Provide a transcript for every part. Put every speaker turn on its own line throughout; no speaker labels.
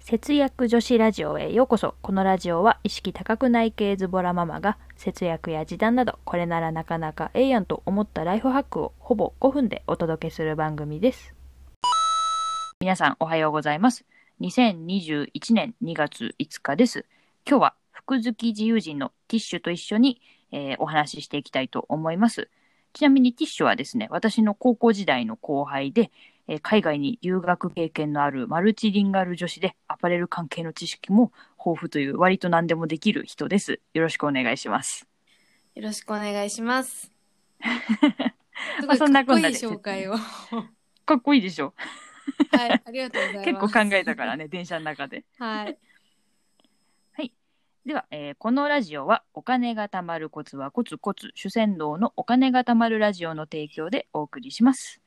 節約女子ラジオへようこそこのラジオは意識高くない系ズボラママが節約や時短などこれならなかなかええやんと思ったライフハックをほぼ5分でお届けする番組です皆さんおはようございます2021年2月5日です今日は福好き自由人のティッシュと一緒に、えーお話ししていきたいと思いますちなみにティッシュはですね私の高校時代の後輩でえー海外に留学経験のあるマルチリンガル女子でアパレル関係の知識も豊富という割と何でもできる人です。よろしくお願いします。
よろしくお願いします。す
まあそんなこんなで
かっこいい紹 介を。
かっこいいでしょ
はい、ありがとうござい
結
ます。
構考えた からね、電車の中で。
はい。
では、えーこのラジオはお金が貯まるコツはコツコツ主戦道のお金が貯まるラジオの提供でお送りします。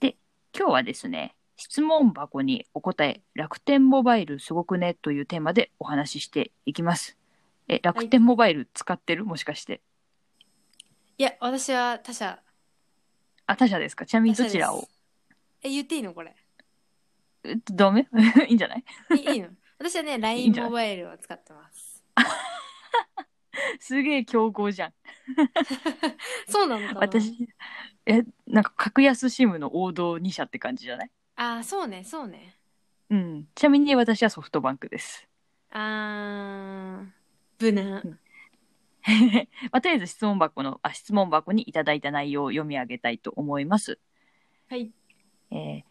で、今日はですね、質問箱にお答え、楽天モバイルすごくねというテーマでお話ししていきます。え、楽天モバイル使ってるもしかして。
いや、私は他社。
あ、他社ですかちなみにどちら
他社で
を
すえ、言っていいのこれ。
えっとダメ いいんじゃない
いいいの私は ね、
いいん
LINE
じゃない
モバイルを使ってます。
すげえ強豪じゃん。
そうなのかな
私、え、なんか格安シムの王道2社って感じじゃない
あー、そうね、そうね。
うん。ちなみに私はソフトバンクです。
あー、無難。
まあ、とりあえず質問箱のあ質問箱にいただいた内容を読み上げたいと思います。
はい。
えー、え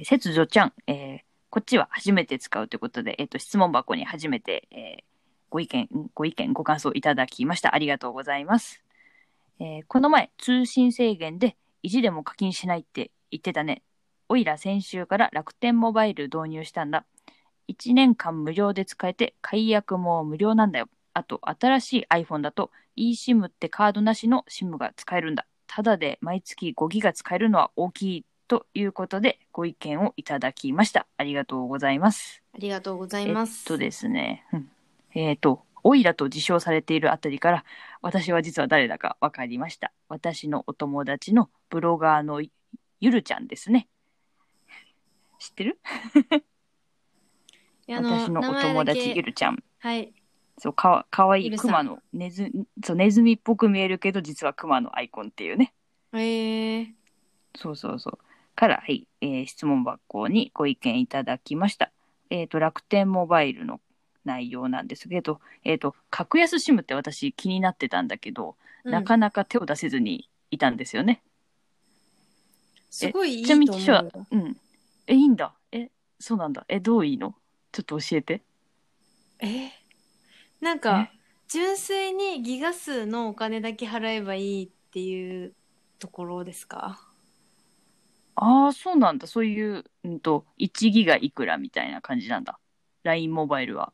ー節女ちゃん、えーこっちは初めて使うということで、えっと質問箱に初めて、えーご意見ご意見ご感想いただきました。ありがとうございます。えーこの前通信制限で意地でも課金しないって言ってたね。おいら先週から楽天モバイル導入したんだ。1年間無料で使えて解約も無料なんだよ。あと新しい iPhone だと eSIM ってカードなしの SIM が使えるんだ。ただで毎月5ギガ使えるのは大きいということでご意見をいただきました。ありがとうございます。
ありがとうござい
え
ま
っ
す。
とですね、うんえっ、と、オイラと自称されているあたりから、私は実は誰だか分かりました。私のお友達のブロガーのゆゆるちゃんですね。知ってる
いやあ
私のお友達ゆ。
名前だけ
るちゃん。
はい。
そうかわかわい
ゆ
い
るさ
ク
ん
マのネズそうネズミっぽく見えるけど実はクマのアイコンっていうね
えー、
そうそうそうから、はいえー質問箱にご意見いただきました、えー、と楽天モバイルの内容なんですけど、えー、と格安 SIM って私気になってたんだけど、
うん
なかなか手を出せずにいたんですよね。
すごいいい
ち
と
なみ
思
に
う
機種は
よ。
うん、えいいんだえそうなんだえどういいのちょっと教えて。
えーなんか、純粋にギガ数のお金だけ払えばいいっていうところですか
ああ、そうなんだ。そういう、うんと、1ギガいくらみたいな感じなんだ。LINE モバイルは。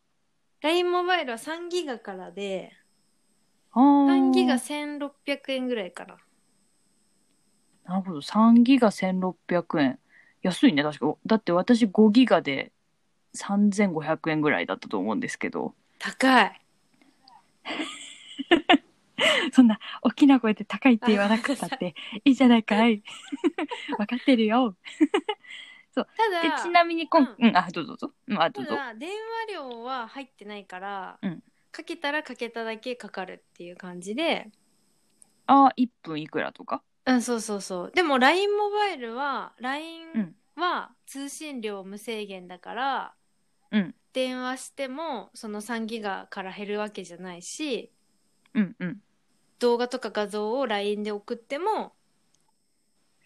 ?LINE モバイルは3ギガからで、
あー
3ギガ1600円ぐらいから。
なるほど。3ギガ1600円。安いね、確か。だって私5ギガで3500円ぐらいだったと思うんですけど。
高い。
そんな、大きな声で高いって言わなくたって、 いいじゃないかい。 わかってるよ。
た
で
だ、
ちなみに今、
う
うん、あ、どうぞどうぞ。うん、あ、ど
た
うぞ。
だ電話料は入ってないから、
うん
かけたらかけただけかかるっていう感じで、
ああ、1分いくらとか。
うん、そうそうそう。でも LINE モバイルは、
うん
LINE は通信料無制限だから、
うん
電話してもその3ギガから減るわけじゃないし、
うんうん。
動画とか画像を LINE で送っても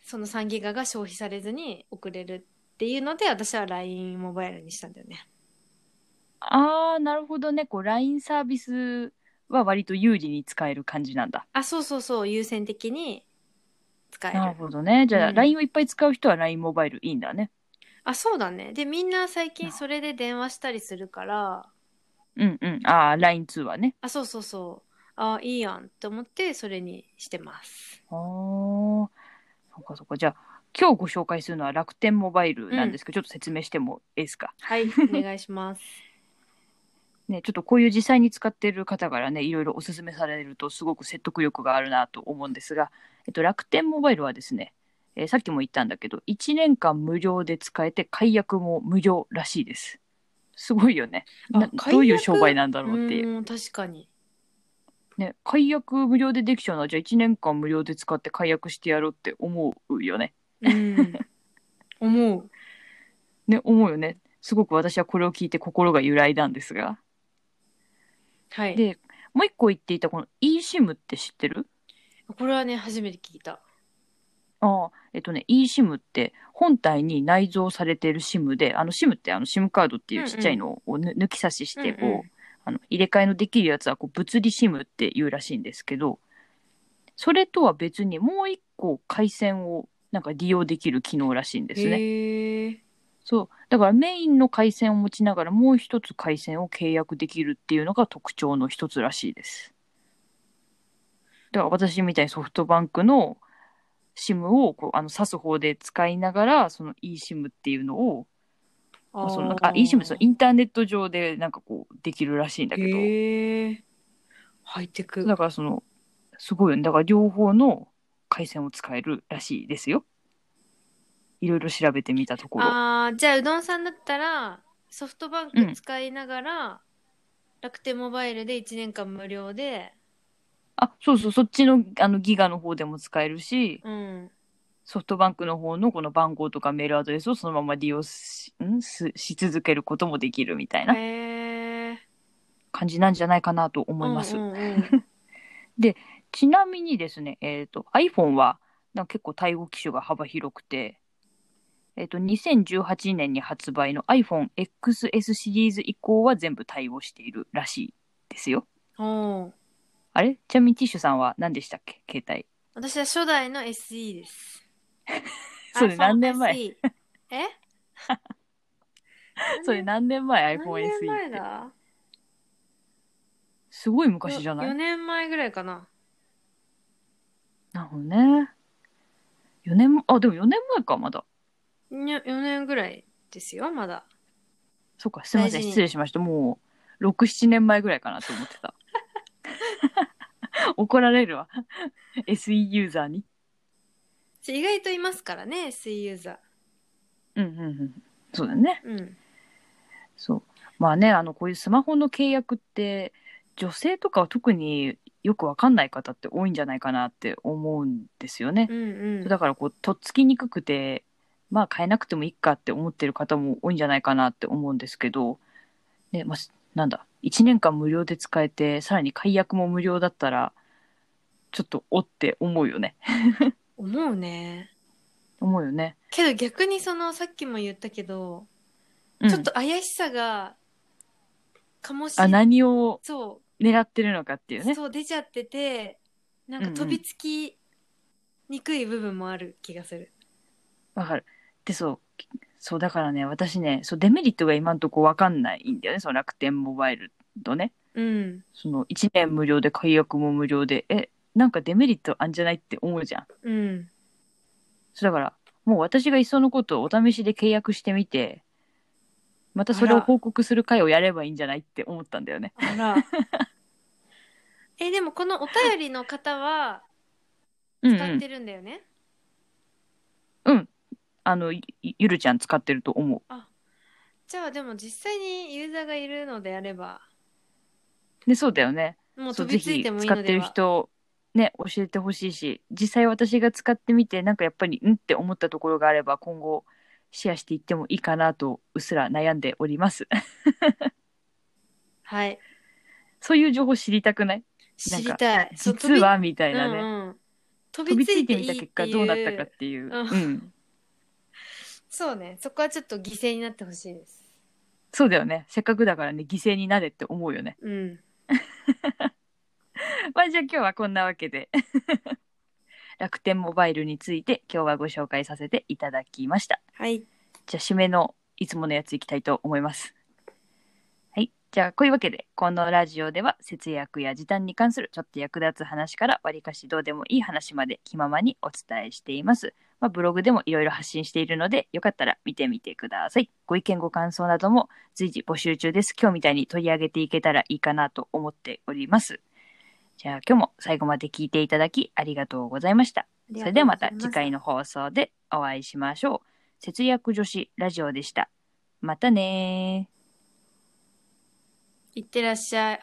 その3ギガが消費されずに送れるっていうので私は LINE モバイルにしたんだよね
ああ、なるほどね。こう、LINE サービスは割と有利に使える感じなんだ。
あそうそうそう優先的に使える
なるほどね。じゃあ、
うん
LINE をいっぱい使う人は LINE モバイルいいんだね。
あそうだねでみんな最近
な
それで電話したりするから
うんうん。ああ、LINE 通話ね。
あそうそうそうあいいやんと思ってそれにしてます
ああ、そうかそうか。じゃあ、今日ご紹介するのは楽天モバイルなんですけど、ちょっと説明してもいいですか。
はい お願いします
ね、ちょっとこういう実際に使っている方からね、いろいろおすすめされると、すごく説得力があるなと思うんですが、えっと、楽天モバイルはですね、えーさっきも言ったんだけど1年間無料で使えて解約も無料らしいですすごいよね
あ
な
解約
どういう商売なんだろうっていう、
ーん確か に
ね、解約無料でできちゃうのはじゃあ1年間無料で使って解約してやろうって思うよね
うん思う
ね思うよねすごく私はこれを聞いて心が揺らいだんですが
はい
でもう一個言っていたこの eSIM って知ってる
これはね初めて聞いた
ああえっとね eSIM って本体に内蔵されている SIM であの SIM ってあの SIM カードってい
ん
う
うん
ちっちゃいのをぬ抜き差ししてこう、
うんうん
あの入れ替えのできるやつはこう物理 SIM っていうらしいんですけどそれとは別にもう一個回線をなんか利用できる機能らしいんですね。
へえ
そうだからメインの回線を持ちながらもう一つ回線を契約できるっていうのが特徴の一つらしいですだから私みたいにソフトバンクの SIM をこうあの指す方で使いながらその eSIM っていうのをまあそのなんかあ eSIM ってそのインターネット上でなんかこうできるらしいんだけど、
へえハイテク
だからそのすごいよねだから両方の回線を使えるらしいですよいろいろ調べてみたところ
あーじゃあうどんさんだったらソフトバンク使いながら、楽天モバイルで1年間無料で
あそうそうそっちのあのギガの方でも使えるし
うん
ソフトバンクの方のこの番号とかメールアドレスをそのまま利用しんすし続けることもできるみたいな
へえ
感じなんじゃないかなと思います。
うんうんうん
ちなみにですね、えー、と iPhone はなんか結構対応機種が幅広くて、えー、と2018年に発売の iPhoneXS シリーズ以降は全部対応しているらしいですよ。
おう
あれちなみにティッシュさんは何でしたっけ携帯。
私は初代の SE です。
それ
iPhone
何年前
SE え
それ何年前 iPhone
何年
SE
前
って。
だ
すごい昔じゃない
?4 年前ぐらいかな。
なるほどね。4年も、あ、でも4年前か、まだ。
に4年ぐらいですよ、まだ。
そうか、すいません、
大事に
失礼しました。もう、6、7年前ぐらいかなと思ってた。 怒られるわ。SE ユーザーに。
ちょ意外といますからね、SE ユーザ
うんうんうん。そうだね。
ー。うん。
そう。まあね、あの、こういうスマホの契約って、女性とかは特によくわかんない方って多いんじゃないかなって思うんですよね。
うんうん。
だからこう、とっつきにくくて、まあ変えなくてもいいかって思ってる方も多いんじゃないかなって思うんですけど、ね、まあ、なんだ、1年間無料で使えて、さらに解約も無料だったら、ちょっとおって思うよね。
思うね。
思うよね。
けど逆にその、さっきも言ったけど、
うん
ちょっと怪しさが、かもし
あ、何を
そう、
狙ってるのかっていうね。
そう出ちゃっててなんか
うんうん
飛びつきにくい部分もある気がする、
わかる。で、そう、そう、だからね、私ね、そう、デメリットが今んとこわかんないんだよね、その楽天モバイルとね。
うん
その1年無料で解約も無料で、え、なんかデメリットあんじゃないって思うじゃん。
うん
そうだから、もう私がいっそのことをお試しで契約してみて、またそれ
あ
を
ら
報告する会をやればいいんじゃないって思ったんだよね。
あら えでもこのお便りの方は
うん、う
使っ
ん
て。るんだよね、
あの、ゆゆるちゃん使ってると思う。
じゃあでも実際にユーザーがいるのであれば
で、そうだよね。
もう
そ
飛
うぜ
びつい
ひ
てもいい
使っ
の
て
で
る
は
人、ね、教えてほしいし、実際私が使ってみて、なんかやっぱり、うんって思ったところがあれば、今後、シェアしていってもいいかなと、うっすら悩んでおります。
はい
そういう情報知りたくないなん
知
か
りたいそう
実はみたい
飛び
なね。
うんうん飛
飛
び
びつ
つい
い
て
て
いい
み
って
た
い
結果どうなったか
う
っていう。
うん
うん。
そうねそこはちょっと犠牲になってほしいです
そうだよね。せっかくだからね、犠牲になれって思うよね。
うん
まあじゃあ今日はこんなわけで。 楽天モバイルについて今日はご紹介させていただきました。
はい
じゃあ締めのいつものやついきたいと思います。はい。じゃあこういうわけで、このラジオでは節約や時短に関するちょっと役立つ話からわりかしどうでもいい話まで気ままにお伝えしています。まあ、ブログでもいろいろ発信しているので、よかったら見てみてください。ご意見ご感想なども随時募集中です。今日みたいに取り上げていけたらいいかなと思っております。じゃあ今日も最後まで聞いていただきありがとうございました。それではまた次回の放送でお会いしましょう。節約女子ラジオでした。またねー。
いってらっしゃい。